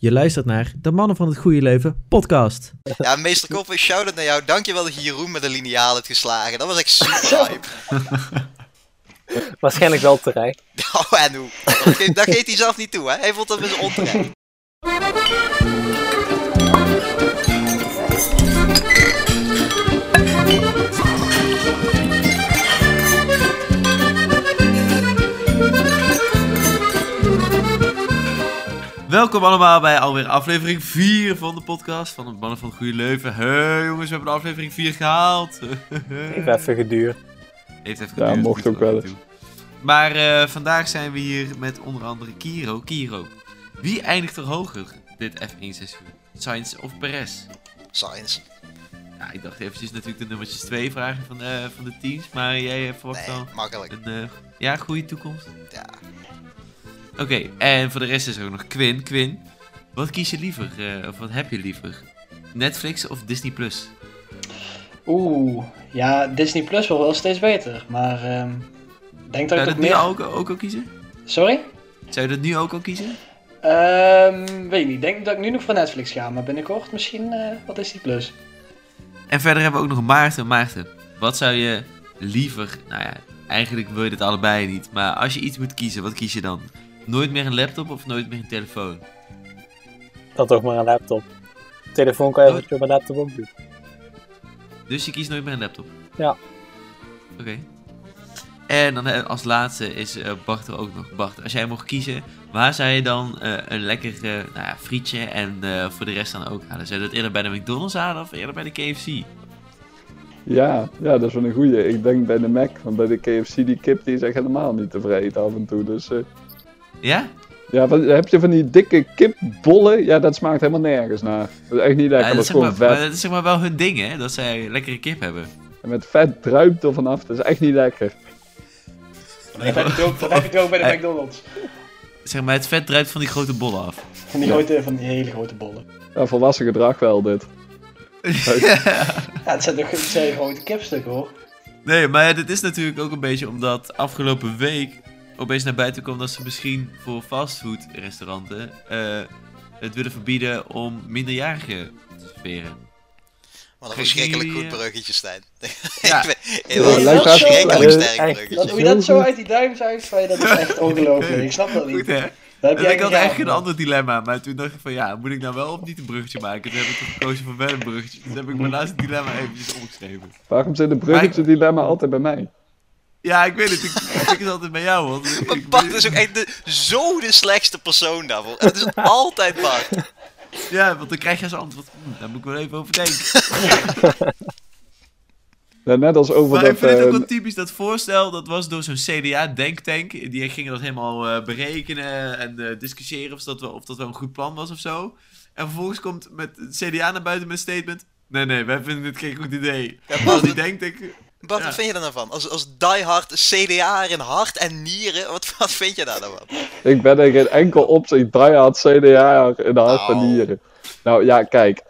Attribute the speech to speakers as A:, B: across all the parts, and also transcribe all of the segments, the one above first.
A: Je luistert naar de Mannen van het Goede Leven podcast.
B: Ja, meester Koppen, shout-out naar jou. Dankjewel dat je Jeroen met de lineaal hebt geslagen. Dat was echt super hype.
C: Waarschijnlijk wel terecht.
B: Oh, en hoe? Dat geeft, dat geeft hij zelf niet toe, hè? Hij vond dat dus onterecht.
D: Welkom allemaal bij alweer aflevering 4 van de podcast van het Mannen van het Goede Leuven. Hey jongens, we hebben de aflevering 4 gehaald.
C: Heeft even geduurd.
D: Heeft even
E: Ja,
D: geduurd.
E: mocht
D: moet
E: ook wel
D: af en toe. Maar eh, vandaag zijn we hier met onder andere Kiro. Kiro, wie eindigt er hoger dit F1 seizoen? Sainz of Perez?
B: Science.
D: Ja, ik dacht eventjes natuurlijk de nummertjes 2 vragen van, eh, van de teams, maar jij verwacht
B: Nee,
D: al
B: makkelijk.
D: een eh, ja, goede toekomst.
B: Ja.
D: Oké, en voor de rest is er ook nog Quinn. Quinn, wat kies je liever? eh, of wat heb je liever? Netflix of Disney Plus?
F: Oeh, ja, Disney Plus wordt wel steeds beter, maar ehm, ik denk dat
D: Zou je
F: ik toch
D: dat nu
F: meer...
D: ook, ook al kiezen?
F: Sorry?
D: Zou je dat nu ook al kiezen?
F: Ehm, weet ik niet, ik denk dat ik nu nog voor Netflix ga, maar binnenkort misschien eh, wat Disney Plus.
D: En verder hebben we ook nog Maarten. Maarten, wat zou je liever... Nou ja, eigenlijk wil je dit allebei niet. Maar als je iets moet kiezen, wat kies je dan? Nooit meer een laptop of nooit meer een telefoon?
C: Dat ook maar een laptop. Telefoon kan je altijd op een laptop ook doen.
D: Dus je kiest nooit meer een laptop?
C: Ja.
D: Oké. En dan eh, als laatste is eh, Bart er ook nog. Bart, als jij mocht kiezen, waar zou je dan eh, een lekker eh, nou ja, frietje en eh, voor de rest dan ook halen? Zou je dat eerder bij de McDonald's halen of eerder bij de KFC?
E: Ja, ja, dat is wel een goeie. Ik denk bij de Mac, want bij de KFC die kip die is echt helemaal niet te vreten af en toe. Dus eh,
D: Ja?
E: ja, wat, heb je van die dikke kipbollen? Ja, dat smaakt helemaal nergens naar. Dat is echt niet lekker,
D: Ja,
E: dat
D: Eh, dat, zeg
E: is
D: maar,
E: gewoon
D: maar
E: vet.
D: dat is zeg maar wel hun ding, hè? Dat zij lekkere kip hebben.
E: En met vet druipt er vanaf, dat is echt niet lekker.
F: Dat heb ik ook, dat heb ik ook bij
D: Eh.
F: de McDonald's.
D: Zeg maar, het vet druipt van die grote bollen af.
F: Van die, grote, van die hele grote bollen.
E: Ja, volwassen gedrag wel dit.
F: Ja, het zijn toch het zijn grote kipstukken hoor.
D: Nee, maar dit is natuurlijk ook een beetje omdat afgelopen week opeens naar buiten kwam dat ze misschien voor fastfoodrestauranten eh, het willen verbieden om minderjarigen te serveren.
B: Wat
D: Geef
B: een verschrikkelijk
D: jullie,
B: goed
D: eh,
B: bruggetje, Stijn. Ik
D: Ja.
B: weet-
E: Ja,
B: Wat een
E: lijkt wel-
B: verschrikkelijk
C: Eh,
B: sterk
C: echt,
B: bruggetje.
F: Dat, hoe je dat zo uit die duim zuigt, van je, dat is echt ongelooflijk. Ik snap dat niet.
D: Goed hè?
F: Dat heb
D: En
F: jij
D: ik had
F: gedaan,
D: eigenlijk een
F: man.
D: ander dilemma, maar toen dacht ik van ja, moet ik nou wel of niet een bruggetje maken? Toen heb ik toch gekozen voor wel een bruggetje. Toen heb ik mijn laatste dilemma eventjes omgeschreven.
E: Waarom zit een bruggetje dilemma altijd bij mij?
D: Ja, ik weet het, ik ik pik het altijd bij jou, want ik-
B: Maar
D: ik-
B: Bart is ook echt de, zo de slechtste persoon daarvoor. Het is altijd Bart.
D: Ja, want dan krijg je als antwoord, hm, daar moet ik wel even over denken.
E: Ja, net als over
D: Maar ik
E: dat...
D: vind het ook
E: eh,
D: wel
C: ehm,
D: typisch, dat voorstel, dat was door zo'n CDA-denktank. Die gingen dat helemaal eh, berekenen en eh, discussiëren of dat, wel, of dat wel een goed plan was of zo. En vervolgens komt met het CDA naar buiten met een statement. Nee, nee, wij vinden dit geen goed idee.
B: Ja,
D: Als
B: Bart,
D: die
B: wat,
D: denktank...
B: Bart,
D: Ja.
B: wat vind je daar nou van? Als, als diehard CDA in hart en nieren, wat, wat vind je daar nou van?
E: Ik ben in geen enkel opzicht diehard CDA in de hart en
B: Nou.
E: nieren. Nou ja, kijk.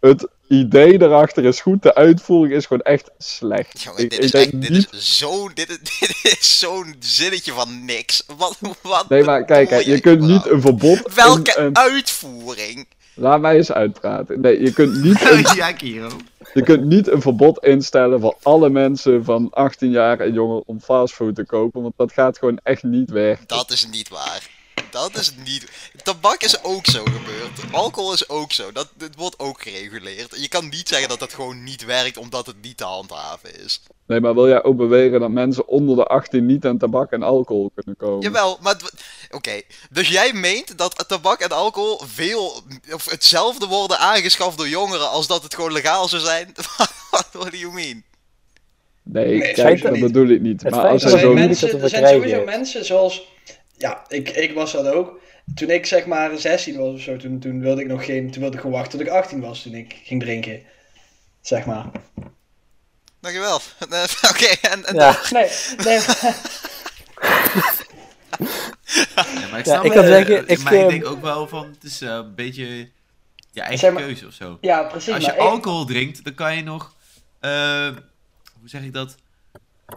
E: Het idee erachter is goed, de uitvoering is gewoon echt slecht.
B: Jongen,
E: ik,
B: dit
E: ik
B: is,
E: denk
B: echt, dit
E: niet-
B: is zo'n dit is, dit is zo'n zinnetje van niks. Wat, wat
E: Nee, maar kijk, hè,
B: bedoel
E: je kunt niet
B: überhaupt?
E: een verbod...
B: Welke
E: een- een-
B: uitvoering?
E: Laat mij eens uitpraten. Nee, je kunt niet een
D: ja, Kiro.
E: Je kunt niet een verbod instellen voor alle mensen van 18 jaar en jonger om fastfood te kopen, want dat gaat gewoon echt niet weg.
B: Dat is niet waar. Dat is niet. Tabak is ook zo gebeurd. Alcohol is ook zo. Dat, dit wordt ook gereguleerd. Je kan niet zeggen dat dat gewoon niet werkt omdat het niet te handhaven is.
E: Nee, maar wil jij ook beweren dat mensen onder de 18 niet aan tabak en alcohol kunnen komen?
B: Jawel, maar. het- Oké, dus jij meent dat tabak en alcohol veel. of hetzelfde worden aangeschaft door jongeren als dat het gewoon legaal zou zijn? What do you mean?
E: Nee,
F: Nee,
E: kijk,
F: feit
E: dat
F: niet.
E: bedoel ik niet.
C: Het
E: maar
C: feit
E: als
F: Er
E: er
C: dat
F: zijn,
E: zo'n...
C: moeilijk
F: mensen,
C: dat te
F: er zijn
C: verkrijgen
F: sowieso
C: is.
F: mensen zoals. Ja, ik, ik was dat ook. Toen ik zeg maar 16 was of zo, toen, toen wilde ik nog geen. Toen wilde ik gewoon wachten tot ik 18 was toen ik ging drinken. Zeg maar.
B: Dankjewel. Eh, Oké, en, en
C: Ja,
F: Nee, nee maar-
D: maar ik,
C: Ja,
D: snap
C: ik
D: het,
C: kan
D: eh,
C: zeggen, ik,
D: maar ik
C: eh,
D: denk ook wel van, het is eh, een beetje je eigen
F: Zeg maar-
D: keuze of zo.
F: ja, precies.
D: Als je
F: Oh, maar ik-
D: alcohol drinkt, dan kan je nog, eh, hoe zeg ik dat,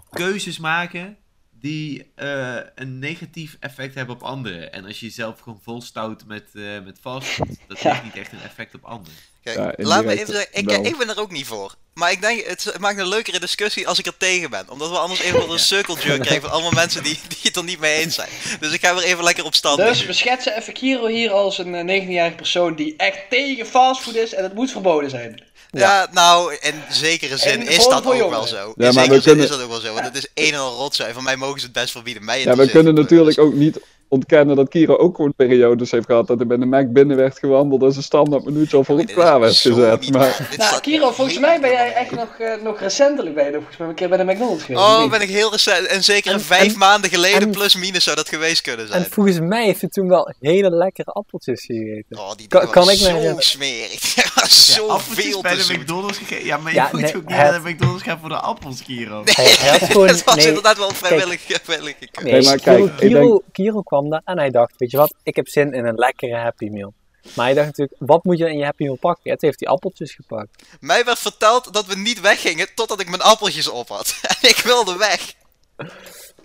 D: keuzes maken
G: die eh, een negatief effect hebben op anderen. En als je jezelf gewoon volstout met, eh met fastfood, dat
F: Ja.
G: heeft niet echt een effect op anderen.
B: Kijk,
E: Ja,
B: laat me
E: indirect
B: even zeggen, ik,
E: wel.
B: ik ben er ook niet voor. Maar ik denk, het s- maakt een leukere discussie als ik er tegen ben. Omdat we anders even een circle jerk krijgen van allemaal mensen die, die het er niet mee eens zijn. Dus ik ga weer even lekker op stand.
F: Dus
B: nu.
F: we schetsen even Kiro hier als een eh, 19-jarige persoon die echt tegen fastfood is en het moet verboden zijn.
B: ja. nou, in zekere zin
F: En
B: is
F: voor-
B: dat
F: voor
B: ook wel
F: jongeren.
B: zo. In
E: maar we
B: zekere zin
E: kunnen-
B: is dat ook wel zo, want het is een en al rotzooi. Van mij mogen ze het best verbieden. Mij
E: Ja, we
B: interesseert
E: kunnen
B: het nooit.
E: natuurlijk ook niet ontkennen dat Kira ook gewoon periodes heeft gehad. Dat hij bij de Mac binnen werd gewandeld en zijn standaard minuutje al
B: Dit
E: voorop
B: is
E: klaar werd
B: zo
E: gezet.
B: niet
E: Maar
B: waar. Dit
F: Nou,
B: staat
F: Kiro, volgens mij ben jij echt
B: helemaal
F: nog, eh, nog recentelijk bij, volgens mij een keer bij de McDonald's geweest. of
B: Oh,
F: niet?
B: ben ik heel recent. En zeker
C: En-
B: vijf
C: en-
B: maanden geleden,
C: en-
B: plus minus, zou dat geweest kunnen
C: En
B: zijn.
C: volgens mij heeft hij toen wel hele lekkere appeltjes gegeten.
B: Oh, die
C: Kan-
B: dingen
C: kan
B: waren
C: ik me
B: zo
C: herinneren.
B: smerig. Die waren zo
G: Appeltjes
B: veel
G: bij
B: te
G: de
B: zoet.
G: McDonald's gegeten. Ja, maar
C: Ja,
G: je moet
C: nee,
G: ook niet
C: het-
G: naar de McDonald's gaan voor de appels, Kiro.
C: Hij, hij had gewoon...
B: Dat was
C: nee,
B: inderdaad wel vrijwillig, eh, vrijwillig gekeurd.
C: nee,
E: Nee, maar
C: Kiro,
E: kijk, ik
C: Kiro-
E: denk-
C: Kiro kwam daar en hij dacht, weet je wat, ik heb zin in een lekkere Happy Meal. Maar hij dacht natuurlijk, wat moet je in je Happy Meal pakken? Ja, toen heeft hij appeltjes gepakt.
B: Mij werd verteld dat we niet weggingen totdat ik mijn appeltjes op had. En ik wilde weg.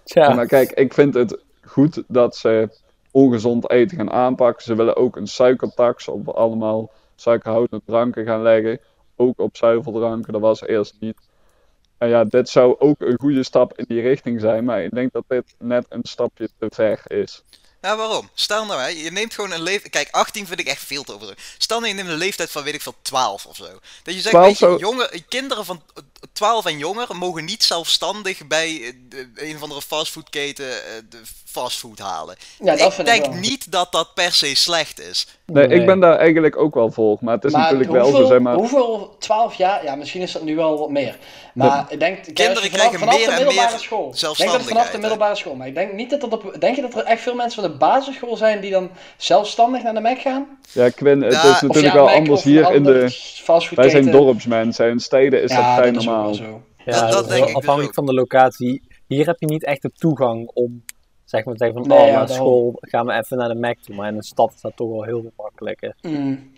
C: Tja,
E: Maar kijk, ik vind het goed dat ze ongezond eten gaan aanpakken. Ze willen ook een suikertax op allemaal suikerhoudende dranken gaan leggen. Ook op zuiveldranken, dat was eerst niet. En ja, dit zou ook een goede stap in die richting zijn, maar ik denk dat dit net een stapje te ver is.
B: Nou, waarom? Stel nou, hè, je neemt gewoon een leeftijd... Kijk, 18 vind ik echt veel te overdreven. Stel nou, je neemt een leeftijd van, weet ik veel, 12 of zo. Dat je zegt,
E: 12
B: weet je,
E: zou-
B: jongen, kinderen van eh, 12 en jonger mogen niet zelfstandig bij eh, de- een of andere fastfoodketen eh, de fastfood halen.
F: ja, dat
B: ik
F: vind
B: denk
F: ik wel.
B: niet dat dat per se slecht is.
E: Nee,
C: Nee.
E: ik ben daar eigenlijk ook wel voor, maar het is
F: Maar
E: natuurlijk
F: hoeveel,
E: wel zo, zeg maar.
F: Hoeveel, 12 jaar, ja, misschien is dat nu wel wat meer. Maar ik denk, kijk,
B: Kinderen
F: als je
B: krijgen
F: vanaf
B: meer
F: de
B: en
F: middelbare
B: meer
F: school. Ik denk dat
B: zelfstandigheid,
F: het vanaf de
B: hè?
F: middelbare school. Maar ik denk niet dat dat op. Denk je dat er echt veel mensen van de basisschool zijn die dan zelfstandig naar de Mac gaan?
E: Ja, Quinn, het
B: Ja,
E: is
B: of
F: Of
E: natuurlijk
F: ja,
E: wel
F: Mac
E: anders
F: of
E: hier
F: een
E: in
F: andere
E: de...
F: fastfoodketen.
E: Wij zijn dorpsmensen en in steden is
F: Ja,
E: dat vrij
F: dat is ook wel
E: normaal.
F: zo.
B: dat-
C: ja,
B: dat
C: is
B: denk
C: wel
B: ik dus
C: afhankelijk
B: ook.
C: van de locatie. Hier heb je niet echt de toegang om, zeg maar, te zeggen van,
F: Nee, ja,
C: oh, naar
F: daarom.
C: school gaan we even naar de Mac toe. Maar in een stad is dat toch wel heel makkelijker.
F: Mm.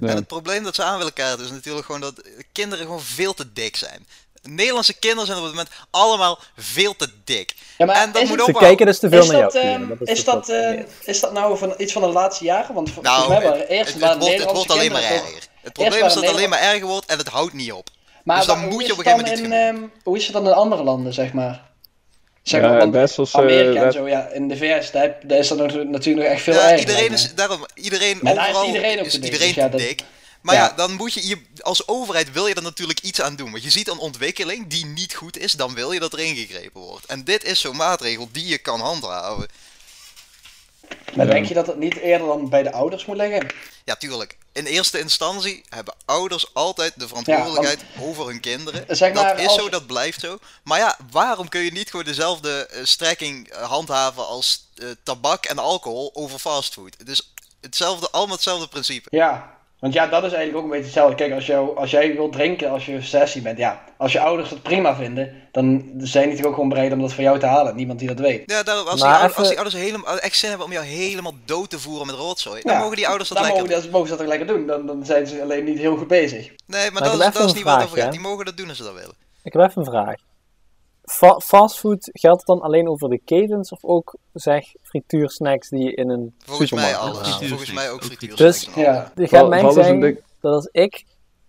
E: Ja.
B: En het probleem dat ze aan willen kaarten is natuurlijk gewoon dat eh, kinderen gewoon veel te dik zijn. Nederlandse kinderen zijn op het moment allemaal veel te dik.
F: Ja, maar
B: en dat
F: is
B: moet
F: het-
B: ook
C: Ze
B: wel-
C: kijken dus te veel
F: Is
C: naar jou.
F: dat, ehm,
C: Kiro. Dat
F: is,
C: toch
F: dat,
C: wat-
F: ehm, is dat nou van, iets van de laatste jaren? Want vol- volgens
B: Nou,
F: mij
B: het,
F: waren eerst
B: het-
F: waren
B: het wordt, het
F: Nederlandse
B: wordt alleen maar
F: kinderen toch-
B: erger. Het probleem
F: waren
B: is dat het alleen
F: Nederland-
B: maar erger wordt en het houdt niet op.
F: Maar
B: Dus dan
F: waar-
B: moet
F: hoe
B: je
F: is
B: op een
F: het
B: gegeven
F: dan
B: moment iets
F: in, ehm, Hoe is het dan in andere landen, zeg maar? Zeg
E: Ja, eh,
F: maar, want
E: westerse,
F: Amerika en
E: west-
F: zo, ja, in de VS, daar, heb- daar is dat nog- natuurlijk nog echt veel
B: Ja,
F: erger.
B: iedereen
F: lijkt
B: is,
F: me.
B: daarom, iedereen,
F: daar is
B: overal
F: iedereen ook
B: is
F: te dik,
B: iedereen
F: dus ja,
B: te
F: dat-
B: dik. Maar ja,
F: ja.
B: dan moet je, je, als overheid wil je er natuurlijk iets aan doen. Want je ziet een ontwikkeling die niet goed is, dan wil je dat er ingegrepen wordt. En dit is zo'n maatregel die je kan handhaven.
F: Maar
E: Ja.
F: denk je dat het niet eerder dan bij de ouders moet liggen?
B: Ja, tuurlijk. In eerste instantie hebben ouders altijd de verantwoordelijkheid over hun kinderen.
F: Zeg maar,
B: dat is
F: als-
B: zo, dat blijft zo. Maar ja, waarom kun je niet gewoon dezelfde eh, strekking eh, handhaven als eh, tabak en alcohol over fastfood? Dus hetzelfde, allemaal hetzelfde principe.
F: Ja, want ja, dat is eigenlijk ook een beetje hetzelfde. Kijk, als, jou, als jij wilt drinken als je 16 bent, ja, als je ouders dat prima vinden, dan zijn die toch ook gewoon bereid om dat voor jou te halen. Niemand die dat weet.
B: Ja, daarom, als, die
C: Maar
B: ouders,
C: even-
B: als die ouders helemaal, eh, echt zin hebben om jou helemaal dood te voeren met rotzooi, dan
F: Ja,
B: mogen die ouders dat
F: dan
B: lekker
F: mogen, dat, mogen ze dat ook lekker doen. Dan, dan zijn ze alleen niet heel goed bezig.
B: doen. Nee, maar,
C: Maar ik
B: dat,
C: heb
B: is,
C: even
B: dat is
C: een
B: niet waar het
C: vraag,
B: over gaat.
C: hè?
B: Die mogen dat doen als ze dat willen.
C: Ik heb even een vraag. Fa- fastfood geldt het dan alleen over de ketens of ook zeg frituursnacks die je in een
B: Volgens mij
C: supermarkt
B: alles.
C: kan halen?
B: Volgens mij ook
G: Ook
B: frituur.
C: frituursnacks.
F: Ja.
C: Je gaat mij
E: Wat is een
C: zeggen
E: dik-
C: dat als ik,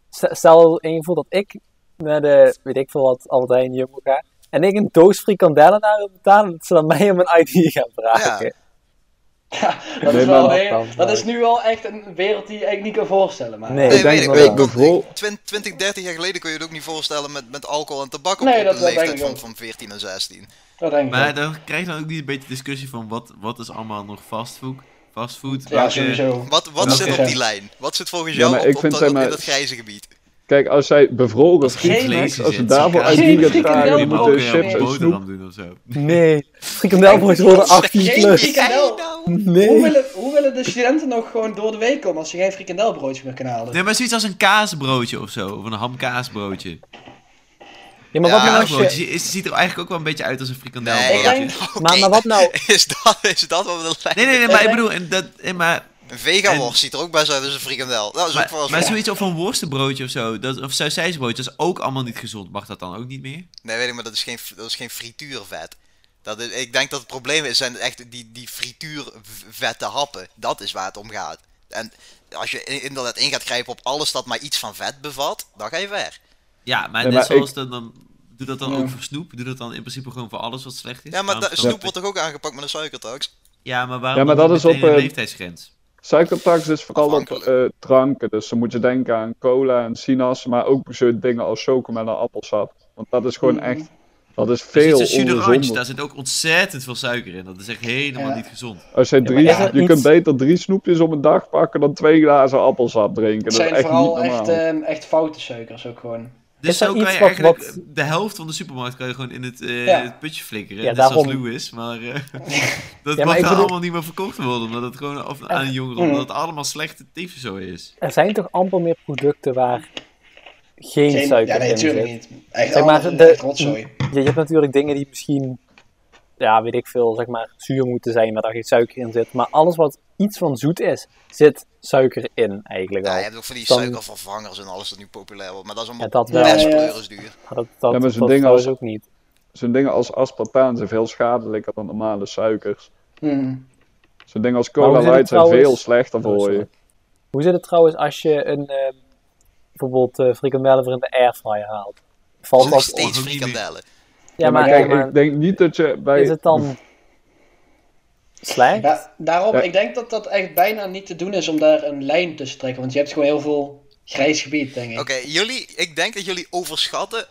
C: st- stel in geval dat ik naar de, weet ik veel wat, Albert Heijn, Jumbo ga, en ik een doos frikandellen daar wil betalen, dat ze dan mij om mijn ID gaan vragen.
F: Dat,
E: Nee,
F: is wel
E: maar-
F: een- dat is nu wel echt een wereld die je eigenlijk niet kan voorstellen. Maar...
C: Nee.
B: Nee,
C: Ik denk
B: weet ik.
C: dat
B: weet
E: dat
B: ik. Kon-
E: wel. Bijvoorbeeld-
B: 20, 20, 30 jaar geleden kon je het ook niet voorstellen met, met alcohol en tabak op,
F: Nee,
B: op
F: dat-
B: een
F: dat
B: leeftijd
F: denk ik
B: van,
F: ook.
B: van 14 en 16.
F: Dat denk ik
G: Maar
F: ook.
G: dan krijg je dan ook niet een beetje discussie van wat, wat is allemaal nog fastfood? Fastfood?
F: Ja,
G: welke-
F: sowieso.
B: Wat, wat
G: Ja,
B: zit
F: oké.
B: op die lijn? Wat zit volgens
E: Ja,
B: jou
E: maar
B: op,
E: ik
B: op
E: vind,
B: dat,
E: zeg
B: op- in
E: maar-
B: dat grijze gebied?
E: Kijk, als zij bevroren
G: Als er geen vlees
E: frietmacks,
G: in
E: als ze
G: zit,
E: daarvoor
G: zie
E: uit
G: je
E: die
F: geen
E: gaan
F: frikandel,
E: dragen,
G: maar
E: moeten
G: ook
E: chips en
G: een
E: snoep.
G: boterham doen of zo.
C: Nee, frikandelbroodjes worden 18
F: Geen
C: plus.
F: frikandel.
G: nou.
F: Hoe
C: Nee.
F: willen, hoe willen de studenten nog gewoon door de week komen als ze geen frikandelbroodje meer kunnen halen?
G: Nee, maar zoiets als een kaasbroodje of zo. Of een hamkaasbroodje.
C: Ja, maar wat
B: Ja,
C: nou als
G: Kaasbroodje
C: je...
G: zie- is- ziet er eigenlijk ook wel een beetje uit als een
E: Nou,
G: frikandelbroodje.
B: Nee,
F: Ik denk-
B: ja, oké.
C: Maar, maar wat nou...
B: Is dat, is dat wat we de lijn...
G: Nee, nee, nee,
F: Ik
G: maar ik
F: denk-
G: bedoel, en dat, en maar,
B: Een vegaworst ziet er ook best uit als een frikandel. Nou, dat is ook
G: maar,
B: voor
G: maar zoiets of een worstenbroodje of zo, dat, of sausijsbroodje, dat is ook allemaal niet gezond. Mag dat dan ook niet meer?
B: Nee, weet ik, maar dat is geen, dat is geen frituurvet. Dat is- ik denk dat het probleem is, zijn echt die, die frituurvette happen. Dat is waar het om gaat. En als je in- inderdaad in gaat grijpen op alles dat maar iets van vet bevat, dan ga je ver.
G: Ja, maar
E: Nee,
G: net
E: maar
G: zoals
E: ik-
G: dan, dan... Doe dat dan
F: Ja.
G: ook voor snoep? Doe dat dan in principe gewoon voor alles wat slecht is?
B: Ja, maar
G: Waarom
B: da-
G: dan-
B: snoep wordt toch ook aangepakt met een suikertax?
G: Ja, maar waarom
E: Ja, maar
G: dan
E: dat is
G: meteen
E: op,
G: een
E: eh,
G: leeftijdsgrens? Dus
E: Suikertax is vooral op eh, dranken, dus dan moet je denken aan cola en sinaas, maar ook zo'n dingen als chocomel en appelsap. Want dat is gewoon
F: Mhm.
E: echt, dat is
G: Er
E: veel
G: zit een suderantje,
E: ongezonder.
G: daar zit ook ontzettend veel suiker in. Dat is echt helemaal
F: Ja.
G: niet gezond.
E: Als je, drie,
F: is dat
E: je
F: niet-
E: kunt beter drie snoepjes op een dag pakken dan twee glazen appelsap drinken.
F: Het
E: Dat is
F: zijn
E: echt niet
F: vooral echt,
E: normaal.
F: ehm, echt foute suikers ook gewoon.
G: Dus
C: Is er
G: zo kan je
C: iets wat-
G: eigenlijk
C: wat-
G: de helft van de supermarkt kan je gewoon in het, eh,
F: Ja.
G: het putje flikkeren.
C: Ja,
G: net zoals
C: daarom.
G: Louis, maar eh, dat
C: maar ik bedoel-
G: mag dan
C: Mm.
G: allemaal niet meer verkocht worden. Omdat het gewoon of, aan de jongeren, omdat het allemaal slechte tyfus zo is.
C: Er zijn toch amper meer producten waar geen,
F: Geen-
C: suiker
F: ja, nee,
C: in zit.
F: natuurlijk niet. Echt,
C: Zeg maar,
F: allemaal
C: de- Hm?
F: echt rotzooi.
C: Je, je hebt natuurlijk dingen die misschien, ja, weet ik veel, zeg maar, zuur moeten zijn, waar daar geen suiker in zit. Maar alles wat iets van zoet is, zit suiker in eigenlijk
B: Ja, Nou,
C: al.
B: je hebt ook van die
C: Dan-
B: suikervervangers en alles dat nu populair wordt. Maar dat is
C: Ja,
B: allemaal
C: dat wel.
F: Ja,
B: best
F: ja.
B: pleuris duur.
C: Maar Dat, dat,
E: Ja, maar zo'n
C: dat
E: ding
C: trouwens
E: als-
C: ook niet.
E: Zo'n dingen als aspartaan zijn veel schadelijker dan normale suikers.
F: Hm.
E: Zo'n dingen als
C: hoe
E: cola
C: zit het
E: light zijn
C: trouwens-
E: veel slechter
C: Oh,
E: voor je.
C: sorry. Hoe zit het trouwens als je een, eh, bijvoorbeeld eh frikandellen voor in de airfryer haalt? Valt
B: Ook
C: dat
B: steeds
G: ongenietig.
B: frikandellen.
C: Ja, maar,
E: kijk,
C: maar
E: ik denk niet dat je bij...
C: is het dan slecht?
F: Ja, daarom,
E: Ja.
F: ik denk dat dat echt bijna niet te doen is om daar een lijn tussen te trekken. Want je hebt gewoon heel veel grijs gebied, denk ik.
B: Oké, jullie, ik denk dat jullie overschatten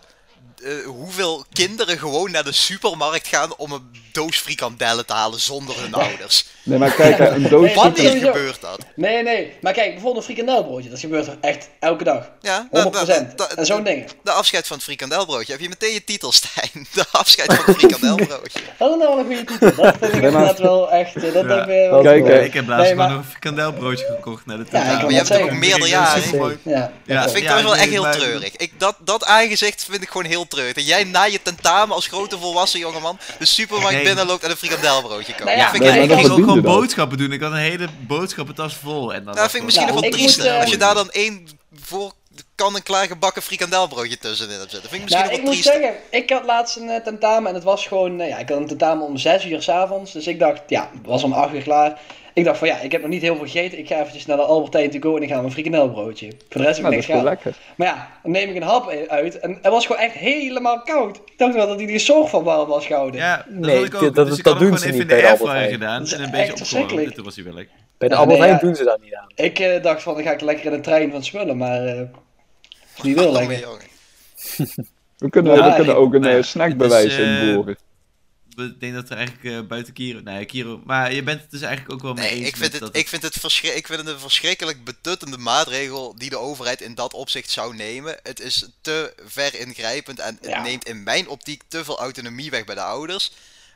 B: eh, hoeveel kinderen gewoon naar de supermarkt gaan om een doos frikandellen te halen zonder hun ouders.
E: Nee, maar kijk, hè, een doos...
F: Nee, wat
B: Wanneer
F: is- sowieso.
B: gebeurt dat?
F: Nee, nee. Maar kijk, bijvoorbeeld een frikandelbroodje. Dat gebeurt er echt elke dag. 100%.
B: Ja, nou, dat- dat-
F: en zo'n dingen.
B: De afscheid van het frikandelbroodje. Heb je meteen je titel, Stijn? De afscheid van het frikandelbroodje.
F: Dat is nou wel een goede titel. Dat vind ik
E: maar-
F: inderdaad wel echt... eh, Dat
G: Ja.
F: heb je wel...
C: Dat is
E: Kijk, eh,
C: wel-
E: hè.
G: Ik heb laatst
F: Nee, maar-
G: gewoon nog een kandelbroodje gekocht naar de
F: Ja, ik
G: tentamen.
F: wou net zeggen.
B: meerdere jaren, hè?
F: Ja.
G: Ja,
B: Dat vind ik trouwens wel echt
G: nee,
B: heel
G: maar-
B: treurig. Ik, dat, dat aangezicht vind ik gewoon heel treurig. Dat jij na je tentamen als grote volwassen jongeman de supermarkt
G: Nee.
B: binnenloopt en een frikandelbroodje koopt.
F: Nou ja,
B: dat vind ik
G: Nee,
E: maar
B: eigenlijk
G: ik
E: dat
G: ging
B: heel
G: ook gewoon
E: verdien je dat.
G: boodschappen doen. Ik had een hele boodschappentas vol. En dan
B: Nou, dat vind ik misschien
F: Nou,
B: nog wel
F: ik
B: triester.
F: moet, eh,
B: Als je daar dan één voor kan en klaar gebakken frikandelbroodje tussenin hebt zitten. Vind ik misschien
F: Nou,
B: nog
F: ik
B: wel
F: moet
B: triester.
F: zeggen, ik had laatst een eh, tentamen en het was gewoon, eh, ja, ik had een tentamen om 6 uur s'avonds. Dus ik dacht, ja, het was om 8 uur klaar. Ik dacht van ja, ik heb nog niet heel veel gegeten. Ik ga eventjes naar de Albertijn to go en ik ga mijn frikandelbroodje. Voor de rest heb
E: Nou,
F: ik
E: dat
F: niks
E: is wel
F: gedaan.
E: lekker.
F: Maar ja, dan neem ik een hap e- uit en het was gewoon echt helemaal koud. Ik dacht wel dat hij die zorg van warm was gehouden.
G: Ja, dat
C: Nee,
G: had ik ook.
C: dit- dat-
G: dus ik
C: dat
G: had hem
C: doen
G: gewoon
C: ze
G: even in
C: niet bij
G: de
C: de Albert
G: airfryer
C: Heijn.
G: gedaan.
F: Dat is
G: En een
F: echt
G: beetje
F: verschrikkelijk.
G: opgewarmd. Toen was hij wel lekker.
C: Bij de
F: Ja,
C: Albert
F: nee,
C: Heijn
F: ja.
C: doen ze dat niet aan.
F: Ik eh, dacht van, dan ga ik lekker in de trein van smullen, maar eh die wil
B: Domme
F: lekker.
B: jongen.
E: We kunnen,
F: Ja,
E: we kunnen
F: ik-
E: ook een
G: nou ja,
E: eh,
G: het
E: snackbewijs
G: is, eh,
E: invoeren.
G: Ik denk dat er eigenlijk eh, buiten Kiro... Nee, Kiro... Maar je bent het dus eigenlijk ook wel mee
B: Nee,
G: eens
B: ik vind,
G: met
B: het,
G: dat
B: ik, vind het verschri- ik vind het een verschrikkelijk betuttende maatregel die de overheid in dat opzicht zou nemen. Het is te ver ingrijpend en het
F: Ja.
B: neemt in mijn optiek te veel autonomie weg bij de ouders.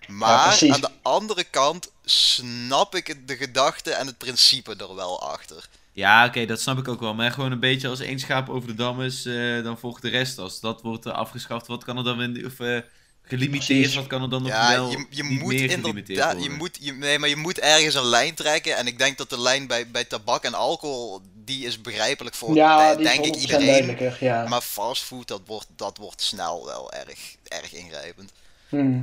F: Ja,
B: Maar
F: precies.
B: aan de andere kant snap ik het- de gedachte en het principe er wel achter.
G: Ja, oké, dat snap ik ook wel. Maar gewoon een beetje als één schaap over de dam is, eh, dan volgt de rest. Als dat wordt eh, afgeschaft, wat kan er dan weer... Of eh, gelimiteerd,
F: Precies.
G: wat kan er dan nog
B: Ja,
G: wel
B: je, je
G: niet
B: moet
G: meer gelimiteerd
B: inderdaad.
G: worden?
B: Je moet, je, nee, maar je moet ergens een lijn trekken. En ik denk dat de lijn bij, bij tabak en alcohol. die is begrijpelijk voor
F: Ja,
B: de-
F: die
B: eh, denk ik
F: is 100%
B: iedereen.
F: duidelijker, ja.
B: Maar fastfood, dat wordt, dat wordt snel wel erg, erg ingrijpend.
F: Hm.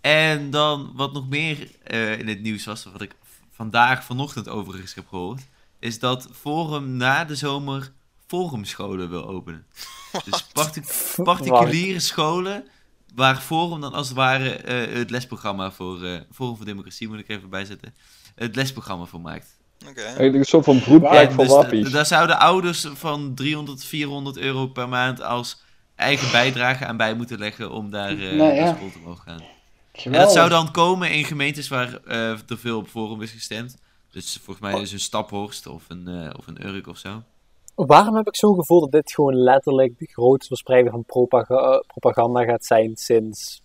G: En dan wat nog meer eh, in het nieuws was, wat ik v- vandaag vanochtend overigens heb gehoord, is dat Forum na de zomer forumscholen wil openen. Dus parti- particuliere scholen waar Forum dan als het ware eh, het lesprogramma voor, eh Forum voor Democratie moet ik even bijzetten, het lesprogramma voor maakt.
B: Oké.
E: Eigenlijk een soort van broedplek
G: En
E: voor
G: dus d-
E: wappies.
G: daar zouden ouders van 300, 400 euro per maand als eigen bijdrage aan bij moeten leggen om daar eh
F: Nou ja.
G: naar school te mogen gaan. En
F: Geweldig.
G: dat zou dan komen in gemeentes waar eh, er veel op forum is gestemd. Dus volgens
B: Oh.
G: mij is een Staphorst of een, eh, of een Urk of zo.
C: Waarom heb ik zo'n gevoel dat dit gewoon letterlijk de grootste verspreiding van propaga- eh, propaganda gaat zijn sinds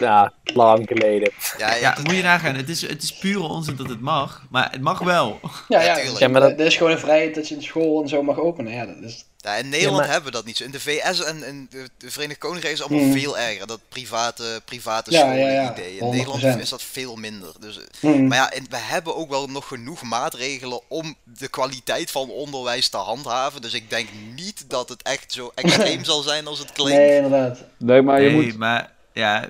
C: ja, lang geleden?
B: Ja,
G: Ja,
B: ja,
G: moet je nagaan. Het is, het is pure onzin dat het mag, maar het mag wel.
F: Ja,
B: Ja,
F: ja,
B: tuurlijk.
C: Ja, maar dat-
F: dat is gewoon een vrijheid dat je een school en zo mag openen. Ja, dat is...
B: ja, in Nederland
C: Ja, maar-
B: hebben we dat niet zo. In de VS en in de Verenigd Koninkrijk is het allemaal
F: Mm.
B: veel erger. Dat private, private
F: Ja, ja, ja.
B: scholen-idee. In
F: 100%.
B: Nederland is dat veel minder. Dus, eh,
F: Hm.
B: maar ja, en we hebben ook wel nog genoeg maatregelen om de kwaliteit van onderwijs te handhaven. Dus ik denk niet dat het echt zo extreem zal zijn als het klinkt.
F: Nee, inderdaad.
E: Nee, maar je
G: nee,
E: moet...
G: maar ja,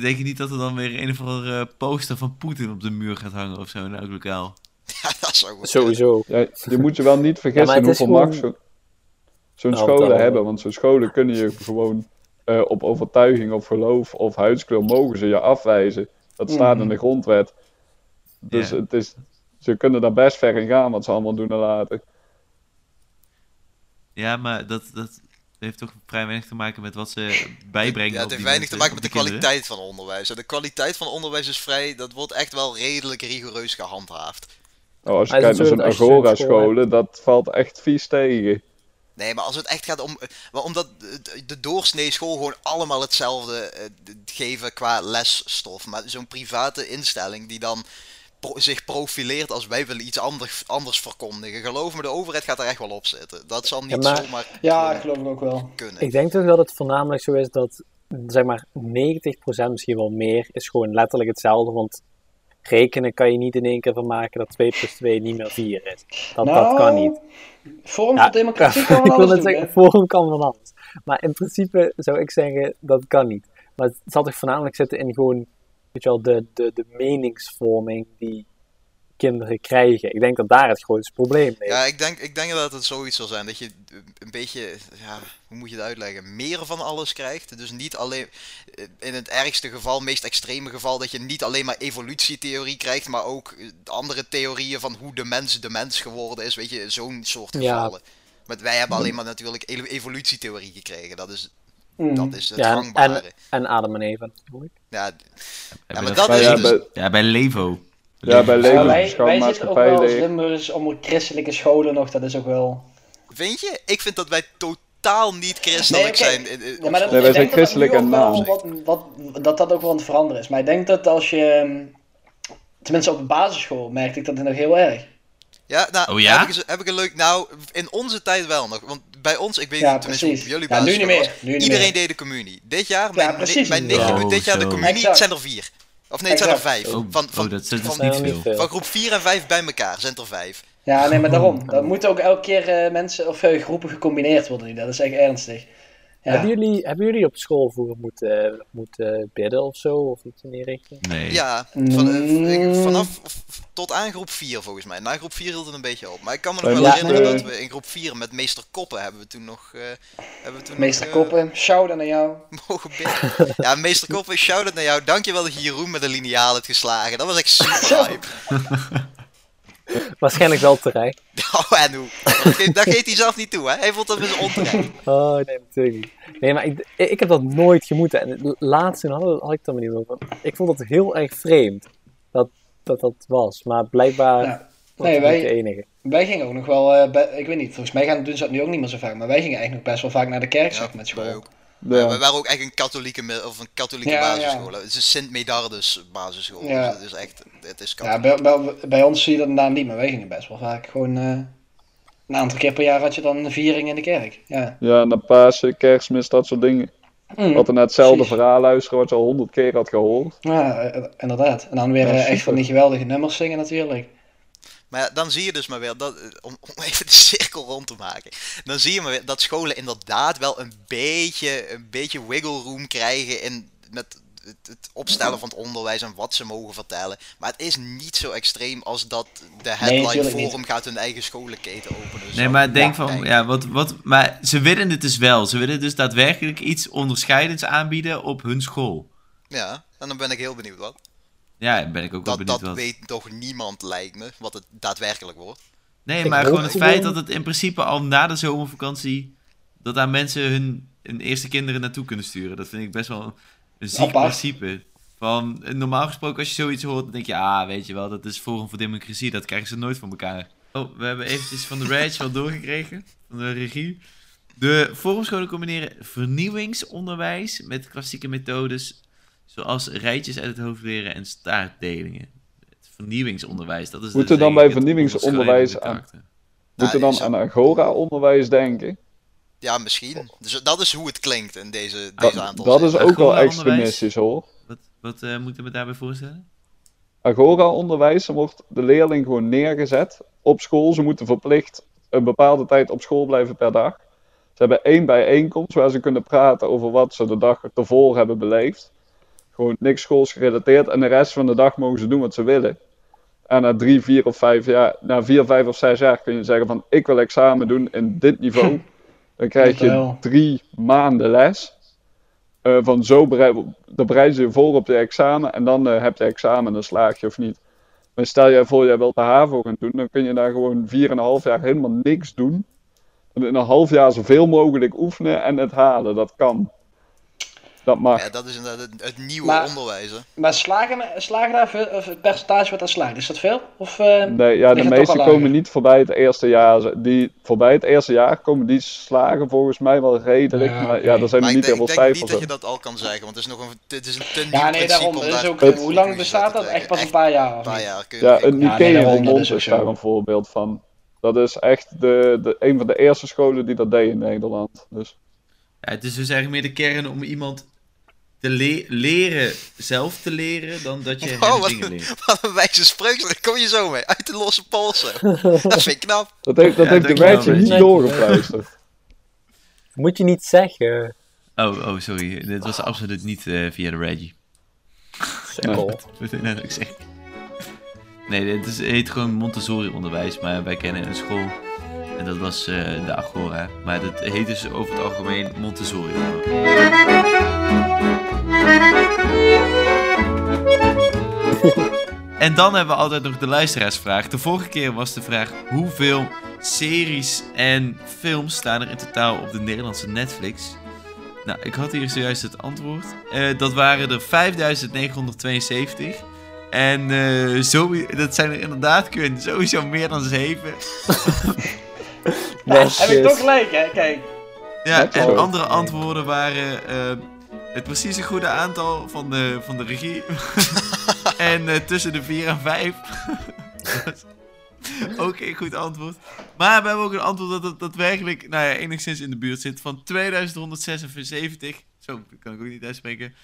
G: denk je niet dat er dan weer een of andere poster van Poetin op de muur gaat hangen of zo in elk lokaal?
B: Ja, dat zou goed kunnen.
C: Sowieso.
E: Ja, je moet je wel niet
C: maar
E: vergissen
C: het is
E: hoeveel macht
C: gewoon-
E: zo- zo'n
C: Nou,
E: scholen
C: daarom.
E: hebben. Want zo'n scholen kunnen je gewoon eh, op overtuiging of geloof of huidskleur mogen ze je afwijzen. Dat staat in
F: Mhm.
E: de grondwet. Dus
G: Ja.
E: het is, ze kunnen daar best ver in gaan wat ze allemaal doen en laten.
G: Ja, maar dat, dat heeft toch vrij weinig te maken met wat ze bijbrengen.
B: Ja, het
G: op
B: heeft
G: die
B: weinig te
G: mensen,
B: maken met
G: op
B: de
G: die kinderen.
B: kwaliteit van onderwijs. En de kwaliteit van onderwijs is vrij, dat wordt echt wel redelijk rigoureus gehandhaafd.
E: Nou, als je
C: Maar is
E: kijkt
C: het
E: naar
C: zo
E: zo'n
C: dat als je zo'n
E: Agora
C: school
E: scholen, dat valt echt vies tegen.
B: Nee, maar als het echt gaat om. eh, Maar omdat eh, de- de doorsnee school gewoon allemaal hetzelfde eh, d- geven qua lesstof. Maar zo'n private instelling die dan pro- zich profileert als wij willen iets anders, anders verkondigen. Geloof me, de overheid gaat daar echt wel op zitten. Dat zal niet
C: maar-
B: zomaar
F: Ja,
B: gewoon
F: ik geloof ik ook wel.
B: kunnen.
C: Ik denk toch dat het voornamelijk zo is dat, zeg maar, 90% misschien wel meer is gewoon letterlijk hetzelfde. Want rekenen kan je niet in één keer van maken dat 2 plus 2 niet meer 4 is. Dat, dat kan niet.
F: Nou, Vorm
C: Ja,
F: van democratie kan
C: ik
F: wel
C: wil net
F: alles doen, hè.
C: zeggen, forum kan van alles. Maar in principe zou ik zeggen, dat kan niet. Maar het zal toch voornamelijk zitten in gewoon, weet je wel, de, de, de meningsvorming die kinderen krijgen. Ik denk dat daar het grootste probleem ligt.
B: Ja, ik denk, ik denk dat het zoiets zal zijn. Dat je eh, een beetje, ja, hoe moet je het uitleggen? Meer van alles krijgt. Dus niet alleen, eh, in het ergste geval, meest extreme geval, dat je niet alleen maar evolutietheorie krijgt, maar ook eh, andere theorieën van hoe de mens de mens geworden is. Weet je, zo'n soort
C: Ja.
B: gevallen. Maar wij hebben alleen maar natuurlijk ele- evolutietheorie gekregen. Dat is,
F: Mm.
B: dat is het
C: Ja, en-
B: gangbare.
C: en Adam en Eva natuurlijk.
B: Ja, ja,
G: bij
B: maar
G: dat-
B: dat is
E: ja,
B: het dus.
E: bij-
G: Ja, bij Levo.
E: Ja, bij
F: Ja,
E: Leeuwen
F: wij,
E: is gewoon
F: wij zitten ook wel als
E: maatschappijleer.
F: Limburgers onder christelijke scholen nog, dat is ook wel...
B: Vind je? Ik vind dat wij totaal niet christelijk
F: Nee, oké.
B: zijn. in- in-
F: Ja, maar dat,
E: Nee, wij
F: ik denk dat
E: zijn
F: dat nu
E: christelijk
F: ook
E: en
F: wel
E: naam.
F: Wat, wat, dat dat ook wel aan het veranderen is. Maar ik denk dat als je... ehm, Tenminste, op de basisschool merkte ik dat nog heel erg.
B: Ja, nou,
G: Oh ja?
B: Heb, ik, eens- heb ik een leuk... Nou, in onze tijd wel nog. Want bij ons, ik weet
F: Ja,
B: niet tenminste hoe het
F: precies.
B: bij jullie
F: Ja, nu
B: basisschool
F: niet meer,
B: was,
F: nu niet
B: Iedereen
F: meer.
B: deed de communie. Dit jaar,
F: Ja,
B: mijn,
F: precies.
B: mijn nichtje
G: Oh,
B: doet dit jaar de
G: zo.
B: communie.
F: Exact.
B: Het zijn er vier. Of nee, het zijn er
F: Exact.
B: vijf.
G: Oh,
B: van, van,
G: oh, dat is
B: van,
G: niet
C: Nou,
G: veel.
B: van groep vier en vijf bij elkaar zijn er vijf.
F: Ja, nee, maar daarom. Dat moeten ook elke keer eh, mensen of eh, groepen gecombineerd worden nu. Dat is echt ernstig. Ja,
C: Hebben, jullie, hebben jullie op school vroeger moeten, moeten bidden of zo? Of iets in die richting?
G: Nee.
B: Ja, van, eh, ik-
F: Mm.
B: vanaf f- f- tot aan groep 4 volgens mij. Na groep 4 hield het een beetje op. Maar ik kan me nog
E: Wij
B: wel
C: moesten,
B: herinneren dat
E: eh,
B: we in groep 4 met meester Koppen hebben we toen nog... eh, hebben we toen nog,
F: Meester
B: eh,
F: Koppen, shout aan jou.
B: mogen bidden. Ja, meester Koppen, shout-out naar jou. Dankjewel dat je Jeroen met een liniaal hebt geslagen. Dat was echt super hype.
C: Waarschijnlijk wel terecht.
B: Oh, en hoe? Dat geeft, dat geeft hij zelf niet toe, hè? Hij vond dat dus onterecht.
C: Oh, nee, natuurlijk niet. Nee, maar ik, ik heb dat nooit gemoeten. En het laatste had, had ik dat maar niet over. Ik vond dat heel erg vreemd. Dat dat, dat was. Maar blijkbaar
F: Ja.
C: was
F: Nou, Nee,
C: ik
F: wij-
C: niet de enige.
F: Wij gingen ook nog wel, eh, bij- ik weet niet, volgens mij gaan, doen ze dat nu ook niet meer zo vaak, maar wij gingen eigenlijk nog best wel vaak naar de kerk zeg, met
B: wij
F: school.
B: ook.
E: Ja.
B: We waren ook echt een katholieke, mi- of een katholieke
F: Ja,
B: basisschool. Het is een Sint-Medardus basisschool.
F: Ja.
B: Dus het is echt, het is
F: Ja,
B: katholiek.
F: bij, bij, bij ons zie je dat inderdaad niet, maar wij gingen best wel vaak. Gewoon eh, een aantal keer per jaar had je dan een viering in de kerk. Ja.
E: Ja, naar Pasen, kerstmis, dat soort dingen.
C: Mhm.
F: Mm.
E: Wat er naar hetzelfde
F: precies.
E: verhaal luisteren wat je al honderd keer had gehoord.
F: ja, eh, eh, inderdaad. En dan weer
E: Ja,
F: eh, echt
E: super.
F: van die geweldige nummers zingen natuurlijk.
B: Maar ja, dan zie je dus maar weer, dat, eh, om, om even de cirkel rond te maken. Dan zie je maar weer dat scholen inderdaad wel een beetje, een beetje wiggle room krijgen in, met het, het opstellen van het onderwijs en wat ze mogen vertellen. Maar het is niet zo extreem als dat de headline
F: tuurlijk niet.
B: forum gaat hun eigen scholenketen openen.
G: Nee,
B: Zo.
G: maar denk
B: Ja,
G: van,
B: nee.
G: ja, wat, wat, maar ze willen het dus wel. Ze willen dus daadwerkelijk iets onderscheidends aanbieden op hun school.
B: Ja, en dan ben ik heel benieuwd wat.
G: Ja, ben ik ook wel
B: Dat, dat
G: benieuwd wat.
B: weet toch niemand, lijkt me, wat het daadwerkelijk wordt.
G: Nee,
C: Ik
G: maar
C: hoop
G: gewoon het
C: gewoon-
G: feit dat het in principe al na de zomervakantie... dat daar mensen hun, hun eerste kinderen naartoe kunnen sturen. Dat vind ik best wel een ziek
F: Apart.
G: principe. Van, eh, normaal gesproken als je zoiets hoort, dan denk je... ah, weet je wel, dat is Forum voor Democratie. Dat krijgen ze nooit van elkaar. Oh, we hebben eventjes van de Rage wel doorgekregen. Van de regie. De forumscholen combineren vernieuwingsonderwijs met klassieke methodes... zoals rijtjes uit het hoofd leren en staartdelingen. Het vernieuwingsonderwijs, dat is
E: Moet
G: dus
E: er dan
G: denk
E: bij
G: ik het
E: vernieuwingsonderwijs
G: onderscheidende karakter.
E: Moet je
B: Nou,
E: dan
B: zo-
E: aan Agora-onderwijs denken?
B: Ja, misschien. Dus dat is hoe het klinkt in deze,
G: Dat-
B: deze aantal.
E: Dat is ook wel
G: Agora-onderwijs?
E: extremistisch hoor.
G: Wat, wat eh, moet ik me daarbij voorstellen?
E: Agora-onderwijs, dan wordt de leerling gewoon neergezet op school. Ze moeten verplicht een bepaalde tijd op school blijven per dag. Ze hebben één bijeenkomst waar ze kunnen praten over wat ze de dag ervoor hebben beleefd. Gewoon niks schoolsgerelateerd. En de rest van de dag mogen ze doen wat ze willen. En na drie, vier of vijf jaar, na vier, vijf of zes jaar kun je zeggen van ik wil examen doen in dit niveau. Dan krijg je
F: Wel.
E: drie maanden les. Eh, van zo berei- dan bereid je je voor op je examen en dan eh, heb je examen en dan slaag je of niet. Maar stel jij voor, jij wilt de HAVO gaan doen, dan kun je daar gewoon 4,5 jaar helemaal niks doen. En in een half jaar zoveel mogelijk oefenen en het halen, dat kan. Dat mag.
B: Ja, dat is inderdaad het, het nieuwe
F: Maar-
B: onderwijs. Hè.
F: Maar slagen, slagen daar veel, of het percentage wat daar slaagt, is dat veel? Of, eh,
E: Nee, ja, de
F: Ligt het toch
E: meesten
F: al
E: komen
F: lager?
E: niet voorbij het eerste jaar. Die, voorbij het eerste jaar komen die slagen volgens mij wel redelijk.
F: Ja,
E: maar
F: oké.
E: ja, er
B: Maar
E: zijn er
B: ik
E: niet heel
B: denk,
E: veel
B: ik denk niet
E: cijfers
B: dat je
E: in.
B: dat al kan zeggen, want het is nog een, het is een te nieuw
F: ja, nee,
B: principe
F: daarom.
B: om
F: Dat is
B: daar
F: ook,
E: Het-
F: hoe lang bestaat dat? Echt pas een paar jaar?
B: Een
F: Of
B: paar
F: niet?
B: jaar kun je
E: Ja,
B: er geen
E: het
F: Ja, nee,
E: Nikkei
F: daarom,
E: in
F: dat
E: Londen
F: is ook
E: is
F: zo.
E: daar een voorbeeld van. Dat is echt de, de, een van de eerste scholen die dat deed in Nederland. Dus
G: Ja, het is dus eigenlijk meer de kern om iemand te le- leren, zelf te leren, dan dat je
B: Oh,
G: hem
B: wat-
G: dingen leert.
B: Wat een wijze spreuk, daar kom je zo mee. Uit de losse polsen. dat vind ik knap.
E: dat heeft, dat
G: Ja,
E: heeft de
G: dankjewel,
E: wijtje
G: weet
E: niet
G: je.
E: doorgefluisterd.
C: Moet je niet zeggen.
G: Oh, oh, sorry. Dit was absoluut niet eh, via de Reggie.
C: Sukkel.
G: Moet ik net ook zeggen. Nee, het, is, het heet gewoon Montessori-onderwijs, maar wij kennen een school. En dat was eh, de Agora. Maar dat heet dus over het algemeen Montessori. en dan hebben we altijd nog de luisteraarsvraag. De vorige keer was de vraag: hoeveel series en films staan er in totaal op de Nederlandse Netflix? Nou, ik had hier zojuist het antwoord. Eh, dat waren er 5972. En eh, zo, dat zijn er inderdaad kun, sowieso meer dan zeven.
F: Ja,
C: Netjes.
F: heb ik toch gelijk, hè? Kijk.
B: Oh,
G: Ja,
E: Net
G: en
E: zo.
G: andere antwoorden waren eh, het precieze goede aantal van de, van de regie. en eh, tussen de 4 en 5. ook een goed antwoord. Maar we hebben ook een antwoord dat, dat daadwerkelijk nou ja, enigszins in de buurt zit van 2176. Zo, dat kan ik ook niet uitspreken.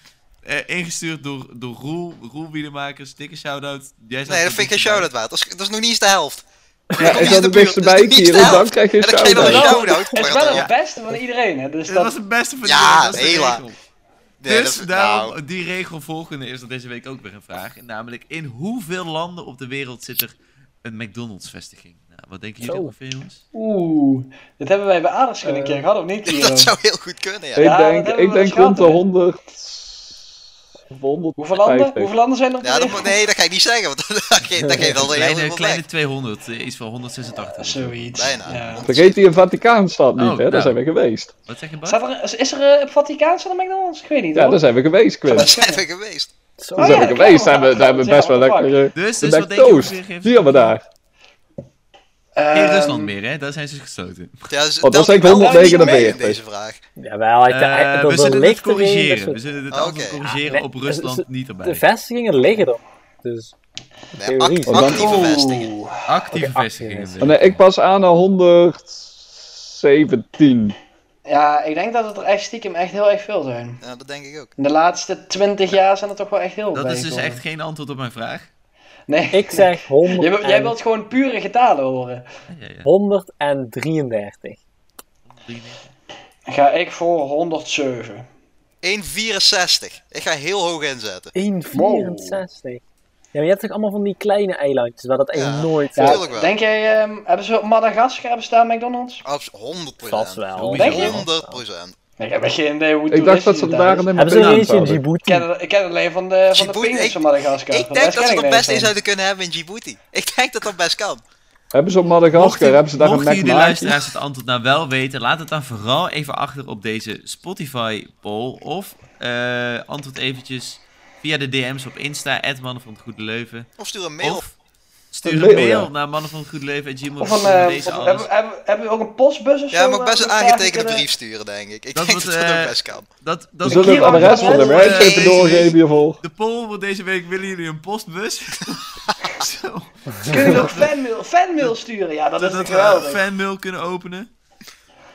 G: Eh, ingestuurd door, door Roel, Roel Wiedemakers. Dikke shout-out. Jij zat
B: Nee,
G: er
B: dat vind ik geen
G: dichtbij.
B: shout-out waard. Dat is, dat is nog niet eens de helft.
E: Ja, ik
B: is
E: had
B: de
E: het
B: buurt,
E: beste
B: dat is
E: bij
B: niet
E: hier,
B: de
E: en dan
B: helft.
E: krijg je
B: En dan krijg je
E: shout-out.
B: wel een
F: Ja.
B: shout-out.
F: Het is wel
B: Ja.
F: het beste van iedereen, hè? Dus
G: Dit was
F: dat...
G: het beste van
B: Ja,
G: de hele
B: hela.
G: regel.
B: Nee,
G: dus
B: dat-
G: daarom,
B: nou,
G: die regel volgende is er deze week ook weer een vraag. Namelijk, in hoeveel landen op de wereld zit er een McDonald's-vestiging? Nou, wat denken jullie
C: Zo.
G: ongeveer, jongens?
F: Oeh, dat hebben wij bij Aardigschun een
C: Eh,
F: keer gehad, of niet? Tiro?
B: dat zou heel goed kunnen, ja.
E: Ik
F: Ja, dat
E: denk,
F: hebben we
E: ik denk
F: wel
E: rond de
F: gehad, hè?
E: 100. of 150.
F: Hoeveel landen? Hoeveel landen zijn er op de
B: ja dat,
F: wereld?
B: moet- nee, dat ga ik niet zeggen, want dat geeft, dat geeft al de hele
G: Kleine,
B: helft
G: kleine
B: weg.
G: 200, eh, iets van 186. of zo.
F: Zoiets.
B: Bijna.
F: Ja.
E: Vergeet die in Vaticaanstad niet,
G: Oh,
E: hè? Daar
G: nou.
E: zijn we geweest.
G: Wat zeg je, Bart?
F: Staat er, is, is er eh, op Vaticaan staat een McDonald's? Ik weet niet.
E: Ja,
F: hoor.
E: daar zijn we geweest, Quint.
B: Dat zijn we geweest.
C: Zo.
E: Daar
F: Oh ja,
E: zijn we
F: ik
E: geweest.
F: kan
E: Daar
F: wel.
E: hebben we- daar hebben we
F: Ja,
E: best wel
F: wat de fuck.
E: lekker. eh,
G: Dus,
E: De
G: dus wat denk je
E: McToast.
G: ongeveer?
E: Zie je wat daar?
G: Geen
F: Ehm,
G: Rusland meer, hè? Daar zijn ze gesloten.
B: Ja, dus
E: Oh, dat was
B: ik
E: ik
B: wel niet
E: 149.
B: mee in deze vraag.
C: Ja, wel, ik,
G: Eh,
C: dat
G: we zullen het
C: ligt erin,
G: corrigeren.
C: dat
G: We
C: ze-
G: zullen het
B: Oké.
G: antwoord corrigeren
C: Ah, nee,
G: op
C: ze-
G: Rusland
C: ze-
G: niet
C: De
G: erbij.
C: vestigingen liggen er. Dus
B: Nee,
C: Theorie.
B: act-
E: Want Oh, dan-
B: actieve vestiging.
F: Oeh.
G: Actieve
C: Oké,
G: vestigingen.
C: actieve
E: Oh, nee, ik pas aan naar 117.
F: Ja, ik denk dat het er echt stiekem echt heel erg veel zijn.
B: Ja, dat denk ik ook.
F: In de laatste 20 jaar zijn er toch wel echt heel veel.
G: Dat is dus echt geen antwoord op mijn vraag.
F: Nee.
C: ik zeg 100
F: Jij, wil- jij
C: en-
F: wilt gewoon pure getalen horen.
G: Ja, ja, ja.
C: 133.
G: 193.
F: Ga ik voor 107.
B: 1,64. Ik ga heel hoog inzetten.
C: 164. Ja, maar je hebt toch allemaal van die kleine eilandjes waar dat echt
B: Ja.
C: nooit
B: Ja,
C: ja,
B: Tuurlijk wel.
F: Denk jij, ehm, hebben ze op Madagaskar hebben ze daar McDonald's?
B: Abs- 100
C: vast wel.
G: Denk
F: je?
B: 100 procent.
F: Nee, ik heb echt geen idee hoe
E: Ik dacht dat
F: toeristisch
E: ze
F: het
E: daar een
F: is.
C: Hebben ze er
E: McDonald's
C: eentje in
E: hadden.
F: Ik ken,
C: Djibouti?
F: het- ik ken het alleen van de, van de
B: Djibouti,
F: pinguïns
B: ik-
F: van Madagaskar.
B: Ik
F: Voor de rest
B: denk dat
F: ken
B: ze er
F: ik
B: best
F: niks
B: in
F: van.
B: zouden kunnen hebben in Djibouti. Ik denk dat dat best kan.
E: Hebben ze op Madagaskar, hebben ze daar een
G: mochten jullie
E: McMaakje?
G: luisteraars het antwoord nou wel weten, laat het dan vooral even achter op deze Spotify poll. Of eh, antwoord eventjes via de DM's op Insta, mannen van het Goede Leuven.
B: Of stuur een mail.
G: Of stuur
E: Een
G: een
E: mail,
G: mail,
E: ja.
G: naar mannen van het Goede Leven at gmail.
F: Of een, eh,
G: deze
F: of-
G: alles.
F: hebben, hebben, hebben we ook een postbus of zo?
B: ja, maar ah,
F: waar
B: best
F: we
B: een
F: vragen
B: aangetekende
F: kunnen-
B: brief sturen, denk ik. Ik
G: Dat
B: denk dat
G: wordt,
B: dat ook
G: eh,
B: best kan.
G: Dat,
E: We
G: dat
E: zullen het
F: Hier aan de
E: adres van de
F: hand.
E: wijk even
G: Deze
E: doorgeven
G: week-
E: hiervoor.
G: eh, De poll voor deze week, willen jullie een postbus? Zo,
F: Kunnen we ook fanmail, fanmail sturen? Ja, dat,
G: dat
F: is
G: we
F: natuurlijk
B: eh,
F: geweldig.
G: fanmail kunnen openen.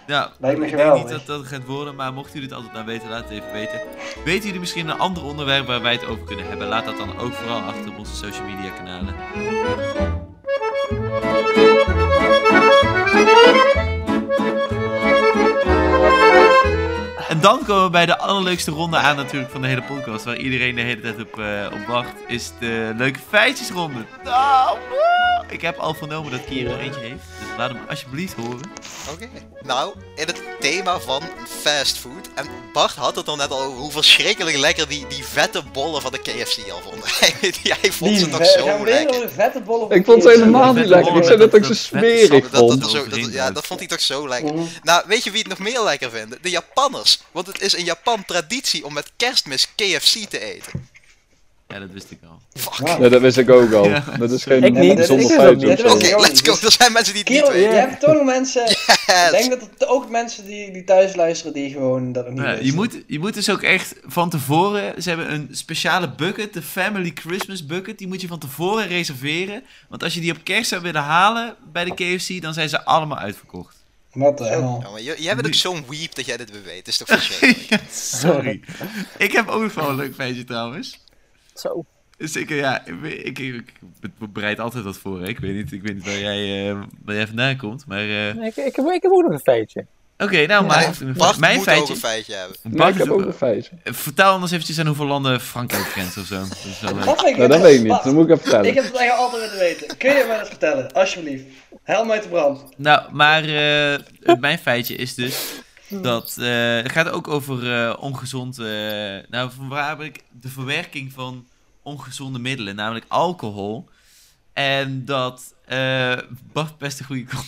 G: Ja,
F: Lijkt me
G: ik denk niet
F: geweldig.
G: dat dat gaat worden, maar mochten jullie het altijd naar weten, laat het even weten. Weten jullie misschien een ander onderwerp waar wij het over kunnen hebben? Laat dat dan ook vooral achter op onze social media kanalen. En dan komen we bij de allerleukste ronde aan natuurlijk van de hele podcast. Waar iedereen de hele tijd op, eh, op wacht. Is de leuke feitjesronde. Nou, woe! ik heb al vernomen dat Kier er eentje heeft. Dus laat hem alsjeblieft horen.
B: Oké. Nou, in het thema van fastfood. En Bart had het al net al over hoe verschrikkelijk lekker die, die vette bollen van de KFC al vonden. Hij, hij vond ze toch
F: gaan
B: zo
F: we weer
B: lekker.
F: over de vette bollen van
E: Ik vond het
F: Kees.
E: helemaal
G: Met
E: niet
G: de
E: lekker. Ik
G: bollen,
E: zei dat
G: dat-
E: ik ze
G: dat-
E: smerig
B: Dat, dat,
E: vond.
B: dat, zo, dat, ja, dat vond hij toch zo lekker.
F: Mhm.
B: Nou, weet je wie het nog meer lekker vinden? De Japanners. Want het is in Japan traditie om met kerstmis KFC te eten.
G: Ja, dat wist ik al.
B: Fuck.
F: Wauw.
E: Ja, dat wist ik ook al.
G: Ja.
E: Dat is geen
C: Ik niet.
E: bijzonder
C: Ik wist dat
E: feit.
F: niet.
E: of zo.
B: Oké,
F: Ja,
B: let's go.
F: dus-
B: Er zijn mensen die het niet
F: Kerel, je
B: weten.
F: hebt toch nog mensen. Ik
B: Yes.
F: denk dat er ook mensen die, die thuis luisteren die gewoon dat nog niet
G: Ja,
F: weten.
G: je, moet, je moet dus ook echt van tevoren. Ze hebben een speciale bucket, de Family Christmas Bucket. Die moet je van tevoren reserveren. Want als je die op kerst zou willen halen bij de KFC, dan zijn ze allemaal uitverkocht.
F: Wat de hel.
B: Ja, maar j- jij bent ook
G: Nu-
B: zo'n weep dat jij dit weer weet. Het is toch verschrikkelijk.
G: Ja, sorry. ik heb ook nog wel een leuk feitje trouwens.
C: Zo.
G: Dus ik, eh, ja, ik, weet- ik, ik, ik bereid altijd wat voor. Hè. Ik weet niet, ik weet niet waar, jij, eh, waar jij vandaan komt. Maar eh,
C: Ik, ik, heb, ik heb ook nog een feitje.
G: oké, nou,
B: Maar
G: maar
B: Bart
G: mijn
B: moet ook
G: feitje.
B: een feitje hebben.
E: Nee,
G: Bart
E: ik heb
G: doet
E: ook een
G: ook-
E: feitje.
G: Vertel anders eventjes aan hoeveel landen Frankrijk grenst of zo. Dat is wel leuk.
F: Dat vind ik
E: Nou, dat weet ik
F: interessant.
E: niet. Dat moet ik even vertellen.
F: Ik heb het eigenlijk altijd willen weten. Kun je het mij dat vertellen? Alsjeblieft. Help mij te brand.
G: Nou, maar eh, mijn feitje is dus dat eh, het gaat ook over eh, ongezond. eh, nou, van waar heb ik de verwerking van ongezonde middelen, namelijk alcohol. En dat eh Bart best een goede kont.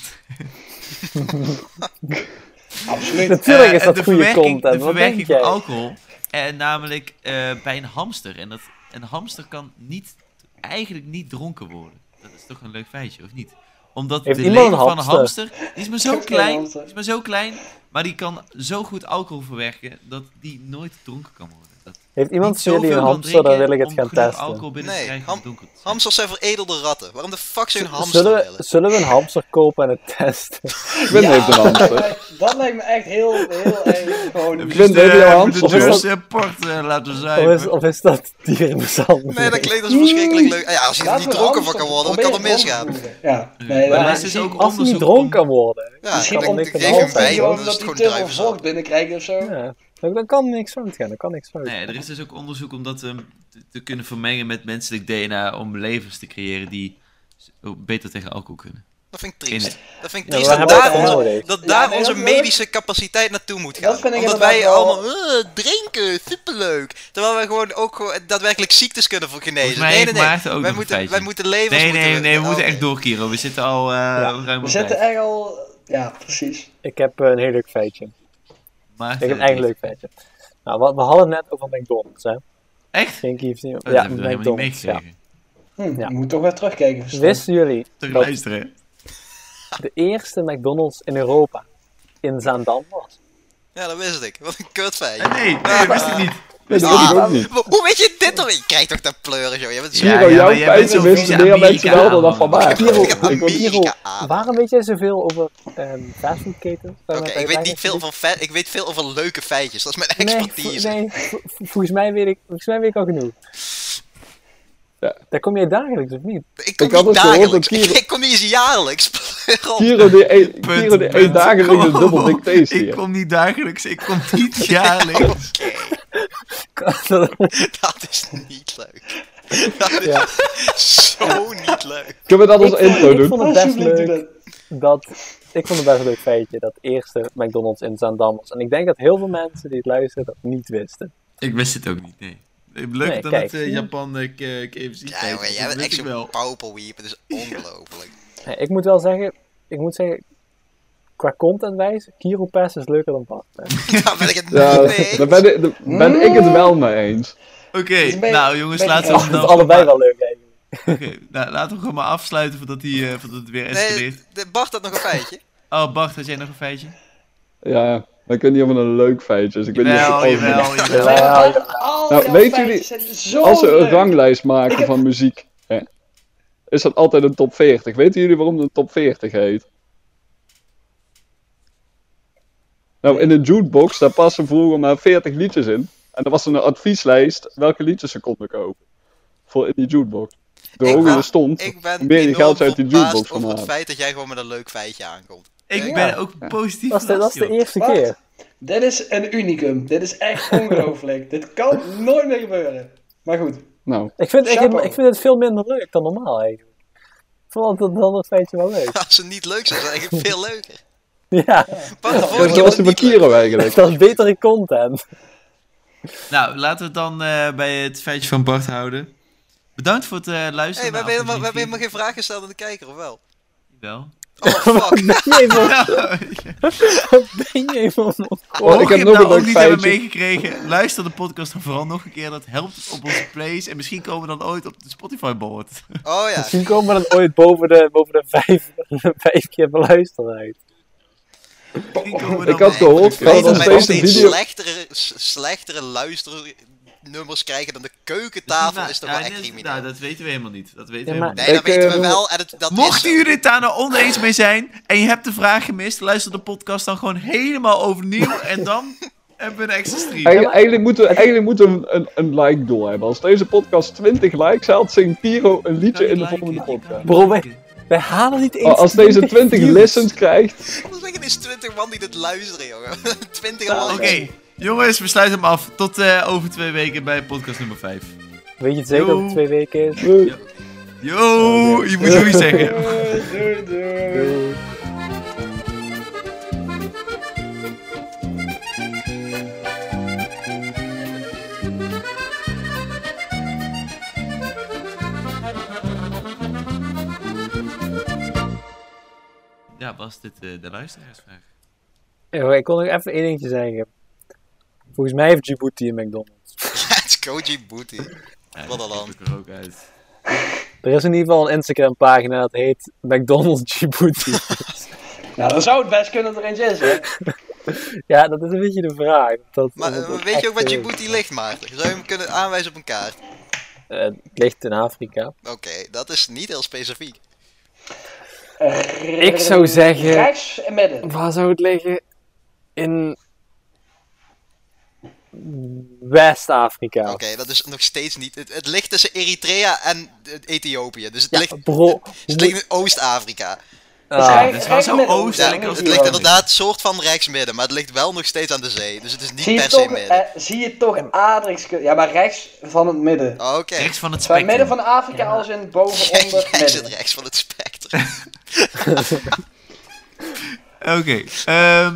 F: Absoluut.
C: Natuurlijk
G: Eh,
C: is dat
G: de
C: goede
G: verwerking-
C: content.
G: De
C: Wat denk
G: verwerking van
C: jij?
G: alcohol. En namelijk eh, bij een hamster. En dat, een hamster kan niet, eigenlijk niet dronken worden. Dat is toch een leuk feitje, of niet? Omdat
C: Heeft
G: de
C: iemand
G: lever
C: een
G: van een
C: hamster?
G: hamster. Die is maar zo
F: Heeft geen
G: klein.
F: hamster.
G: Die is maar zo klein. Maar die kan zo goed alcohol verwerken. dat die nooit dronken kan worden. Dat
C: Heeft
G: niet
C: iemand van
G: zoveel
C: jullie een
G: kan
C: hamster? Dan
G: drinken
C: wil ik het
G: om
C: gaan
G: genoeg
C: testen.
G: alcohol binnen
B: Nee,
G: te krijgen om
B: ham-
G: dronken te zijn.
B: Hamsters zijn veredelde ratten. Waarom de fuck zou je een hamster
C: Zullen we,
B: willen?
C: zullen we een hamster kopen en het testen?
E: Quinn heeft een hamster.
F: Dat lijkt me echt heel, heel erg gewoon...
E: Ik vind
G: Dus,
E: het
G: eh,
E: heel
G: moet
E: handig.
G: De Jersey Port eh, laten zijn.
C: Of is, of is dat dierenmishandeling?
B: Nee, dat klinkt als verschrikkelijk leuk. Ah Ja, als je er
F: Laten
B: niet
F: we
B: dronken
F: de
B: van kan
F: hamster
B: worden, dan kan er
F: proberen
B: misgaan.
F: dronken te maken. Ja,
G: Maar
F: nee,
G: er
F: ja.
G: is dus ook
C: Als hij niet
G: onderzoek
C: dronken
G: om-
C: kan worden.
B: Ja,
F: Misschien
B: ik
C: kan
B: denk
C: er niks aan
B: tegen
C: de hand zijn,
B: wijn,
F: gewoon
B: dan is
F: dat
B: het
F: die
B: gewoon
F: tunnel
B: druivenzout.
F: vocht binnenkrijgt of zo.
C: Ja, dan dan kan niks fout gaan. Dan kan niks fout
G: Nee, er is dus ook onderzoek om dat ehm, te, te kunnen vermengen met menselijk DNA om levens te creëren die s- oh, beter tegen alcohol kunnen.
B: Dat vind ik triest. Dat vind ik
C: Ja,
B: triest
C: maar
B: dat
C: we
B: daar,
C: hebben het
B: onze,
C: nodig.
B: dat
F: Ja,
B: daar
F: nee,
B: onze
F: dat-
B: medische capaciteit naartoe moet
F: Dat
B: gaan.
F: vind ik
B: Omdat
F: inderdaad
B: wij
F: wel-
B: allemaal eh, drinken, superleuk. Terwijl wij gewoon ook gewoon daadwerkelijk ziektes kunnen voor genezen.
G: Volgens mij
B: Nee, nee,
G: heeft
B: nee.
G: Maarten ook nog
B: wij,
G: een
B: moeten,
G: feitje.
B: wij moeten levens
G: Nee, nee,
B: moeten
G: nee, we
B: oh,
G: moeten echt
B: oké.
G: door, Kiro. We zitten al eh ruim
F: We
G: op
F: zitten
G: tijd.
F: echt al... Ja, precies.
C: Ik heb eh, een heel leuk feitje.
G: Maarten,
C: Ik heb eigenlijk een leuk feitje. Nou, wat, we hadden het net over McDonald's, hè?
G: Echt?
C: Geen kief niet.
G: Oh,
C: ja,
G: dat hebben we helemaal niet
C: McDonald's. Ja.
G: meegekregen.
F: Hm,
C: Ja.
F: Je moet toch weer terugkijken. verstaan.
C: Wisten jullie
G: Terug
C: dat
G: luisteren.
C: de eerste McDonald's in Europa in Zaandam was?
B: Ja, dat wist ik. Wat een kutfeitje.
G: hè? Nee, nee, dat wist ik niet.
E: Nee, dat weet ik ook niet.
B: Maar Hoe weet je dit toch? Je krijgt toch dat pleuren, joh. Je bent zo...
G: Ja,
E: Giro,
G: ja,
E: jouw
G: maar jij bent
E: feitje
G: zo'n
E: wisten
G: vieze
E: meer mensen wel dan
G: Amerikaan,
E: dat van
G: man.
E: mij.
C: Giro,
B: Ja,
E: Ik word-
B: Amerika
C: Giro,
B: aan.
C: waarom weet jij zoveel over ehm fastfoodketens?
B: Oké, ik weet niet veel van fe- ik weet veel over leuke feitjes. Dat is mijn
C: Nee,
B: expertise.
C: vo- nee vo- vo- volgens, mij weet ik, volgens mij weet ik al genoeg.
E: Ja.
C: Daar kom jij dagelijks, of niet?
B: Ik kom
E: Ik had
B: niet
E: ook gehoord dat
B: dagelijks.
E: Kiro-
B: Ik kom niet eens jaarlijks. Pleur op.
E: Giro die eet
G: Punt,
E: Giro die
G: punt.
E: eet dagelijks een
G: Kom
E: dubbel
G: op.
E: dik taste
G: Ik
E: hier.
G: kom niet dagelijks, ik kom niet jaarlijks.
B: Dat is niet leuk. Dat is
C: Ja.
B: zo niet leuk.
E: Kunnen we dat als
C: Ik vond-
E: intro
C: ik
E: doen?
C: vond het best
F: Alsjeblieft, doe
C: leuk.
F: dat.
C: dat, ik vond het best een leuk feitje dat eerste McDonald's in Zaandam was. En ik denk dat heel veel mensen die het luisteren dat niet wisten.
G: ik wist het ook niet, nee. Leuk
C: Nee,
G: dan
C: kijk.
G: het eh, Japan eh, K- KFC
B: Ja, jongen,
G: feitje,
B: jij
G: dat
B: bent
G: weet
B: echt
G: ik
B: zo'n
G: wel.
B: pauperweep. Het is ongelooflijk.
C: Ja, ik moet wel zeggen, ik moet zeggen, qua contentwijze, Kiro Pass is leuker dan Bart. hè.
B: Daar ben ik het
E: Ja,
B: niet mee eens.
E: daar ben, ik- daar ben ik het wel mee eens.
G: Oké,
F: Dus ben je-
G: nou jongens,
F: ben je-
G: laten
F: Ja,
G: we
C: Ik vind
G: hem dan
C: het allebei wel leuk eigenlijk.
G: Oké, nou, laten we gewoon maar afsluiten voordat, die, eh, voordat het weer escaleert.
B: Nee, de- Bart had nog een feitje.
G: Oh, Bart, had jij nog een feitje?
E: Ja, maar ik weet niet of het een leuk feitje is. Ik weet niet of
G: Jawel,
E: het algemeen-
G: jawel, jawel.
C: Ja, ja, ja.
F: Al
E: Nou,
F: jouw
E: weten
F: feitjes zijn zo
E: Als ze een
F: leuk.
E: ranglijst maken van muziek, hè, is dat altijd een top 40. Weten jullie waarom het een top 40 heet? Nou, in de jukebox, daar passen vroeger maar 40 liedjes in. En er was een advieslijst welke liedjes ze konden kopen. Voor in die jukebox. De
B: Ik
E: hoger
B: ben-
E: er stond,
B: Ik
E: hoe
B: ben
E: meer je
B: enorm
E: geld ze uit die
B: verbaasd
E: jukebox van
B: over het
E: halen.
B: feit dat jij gewoon met een leuk feitje aankomt.
G: Ik
B: Ja.
G: ben ook positief
C: Dat is de, dat is
G: verrast,
C: de
G: joh.
C: eerste
F: Bart,
C: keer.
F: Dit is een unicum. Dit is echt ongelooflijk. Dit kan nooit meer gebeuren. Maar goed.
E: Nou,
C: Ik vind, ik,
F: Chapeau.
C: ik vind het veel minder leuk dan normaal eigenlijk. Ik vond het dan nog steeds wel leuk.
B: Als ze niet leuk zijn, zijn ze eigenlijk veel leuker.
C: Ja,
B: Pas de vorige
E: dat
B: keer
E: was de
B: niet leuk.
E: Bakiro eigenlijk.
C: dat is betere content.
G: Nou, laten we het dan eh, bij het feitje van Bart houden. Bedankt voor het eh, luisteren.
B: Hey, we
G: naar
B: hebben helemaal, we hebben
G: aflevering
B: helemaal geen vraag gesteld aan de kijker, of wel?
G: vier. Wel.
B: Oh, fuck.
C: Nee, maar
G: Ja.
C: wat ben je van
E: Oh,
G: Mocht
E: ik
G: je
E: heb
G: het
E: nog
G: nou
E: een
G: ook
E: leuk
G: niet hebben
E: feitje.
G: meegekregen, luister de podcast dan vooral nog een keer. Dat helpt op onze plays. En misschien komen we dan ooit op de Spotify-board.
B: Oh ja.
C: Misschien komen we dan ooit boven de, boven de vijf, vijf keer beluisteren uit.
G: Misschien komen we
E: Ik
G: dan-
E: had gehoord,
B: Ik
E: we hadden
B: weet
E: nog
B: dat wij
E: steeds een
B: steeds
E: video...
B: slechtere, s- slechtere luisternummers krijgen dan de keukentafel.
G: Nou,
B: is toch
G: ja,
B: wel echt
G: dit is-
B: crimineel?
G: Nou, dat weten we helemaal niet. Dat
C: Ja,
G: weten we helemaal
C: maar-
G: niet.
B: nee, dat
E: Ik,
B: weten
E: eh,
B: we wel. En het, dat is zo.
G: Mochten jullie het daar nou oneens mee zijn en je hebt de vraag gemist, luister de podcast dan gewoon helemaal overnieuw en dan hebben we een extra stream.
E: Eigen- Eigenlijk moeten we, eigenlijk moeten we een, een like-doel hebben. Als deze podcast 20 likes haalt, zingt Piro een liedje in de volgende podcast.
C: Bro, wij, wij halen niet eens...
E: Oh, Als deze 20
C: views.
E: listens krijgt,
B: Ik moet zeggen, er is 20 man die dit luisteren, jongen. 20
G: Oké,
B: man.
G: jongens, we sluiten hem af. Tot eh, over twee weken bij podcast nummer 5.
C: Weet je het zeker dat het twee weken is?
E: eh,
G: Yo, je moet zoiets zeggen.
F: Doei, doei, doei.
G: Ja, was dit eh, de luisteraarsvraag?
C: Eh, Ik wil nog even één dingetje zeggen. Volgens mij heeft Djibouti een McDonald's.
B: That's Koji Booty.
G: Ja,
B: Wat
G: dat
B: een
G: knip ik er ook uit.
C: Er is in ieder geval een Instagram pagina dat heet McDonald's Djibouti.
F: Nou, dan zou het best kunnen dat er eens is, hè?
C: ja, dat is een beetje de vraag. of Dat,
B: Maar
C: of dat
B: eh,
C: ook
B: weet je ook
C: Oh, echt
B: wat je
C: is.
B: booty ligt, Maarten? Zou je hem kunnen aanwijzen op een kaart?
C: Eh, het ligt in Afrika.
B: Oké, dat is niet heel specifiek.
C: Ik zou zeggen-
F: Rechts en midden.
C: Waar zou het liggen? In... West-Afrika.
B: Oké, dat is nog steeds niet. Het, het ligt tussen Eritrea en eh, Ethiopië. Dus het,
C: Ja,
B: ligt,
C: bro.
B: het ligt in Oost-Afrika.
C: Ah,
G: het is wel zo
B: Ja,
G: oostelijk Lijkt als
B: het
G: het
B: ligt
G: wel.
B: inderdaad soort van rechtsmidden, maar het ligt wel nog steeds aan de zee. Dus het is niet
F: Zie je,
B: per se
F: toch,
B: midden.
F: eh, zie je toch aardrijks... Ja, maar rechts van het midden.
B: Oh, Oké.
G: Rechts van het
F: Zowel midden
G: spectrum.
F: van Afrika als in boven,
B: Jij,
F: onder,
B: jij zit
F: midden.
B: rechts van het spectrum.
G: Oké, ehm,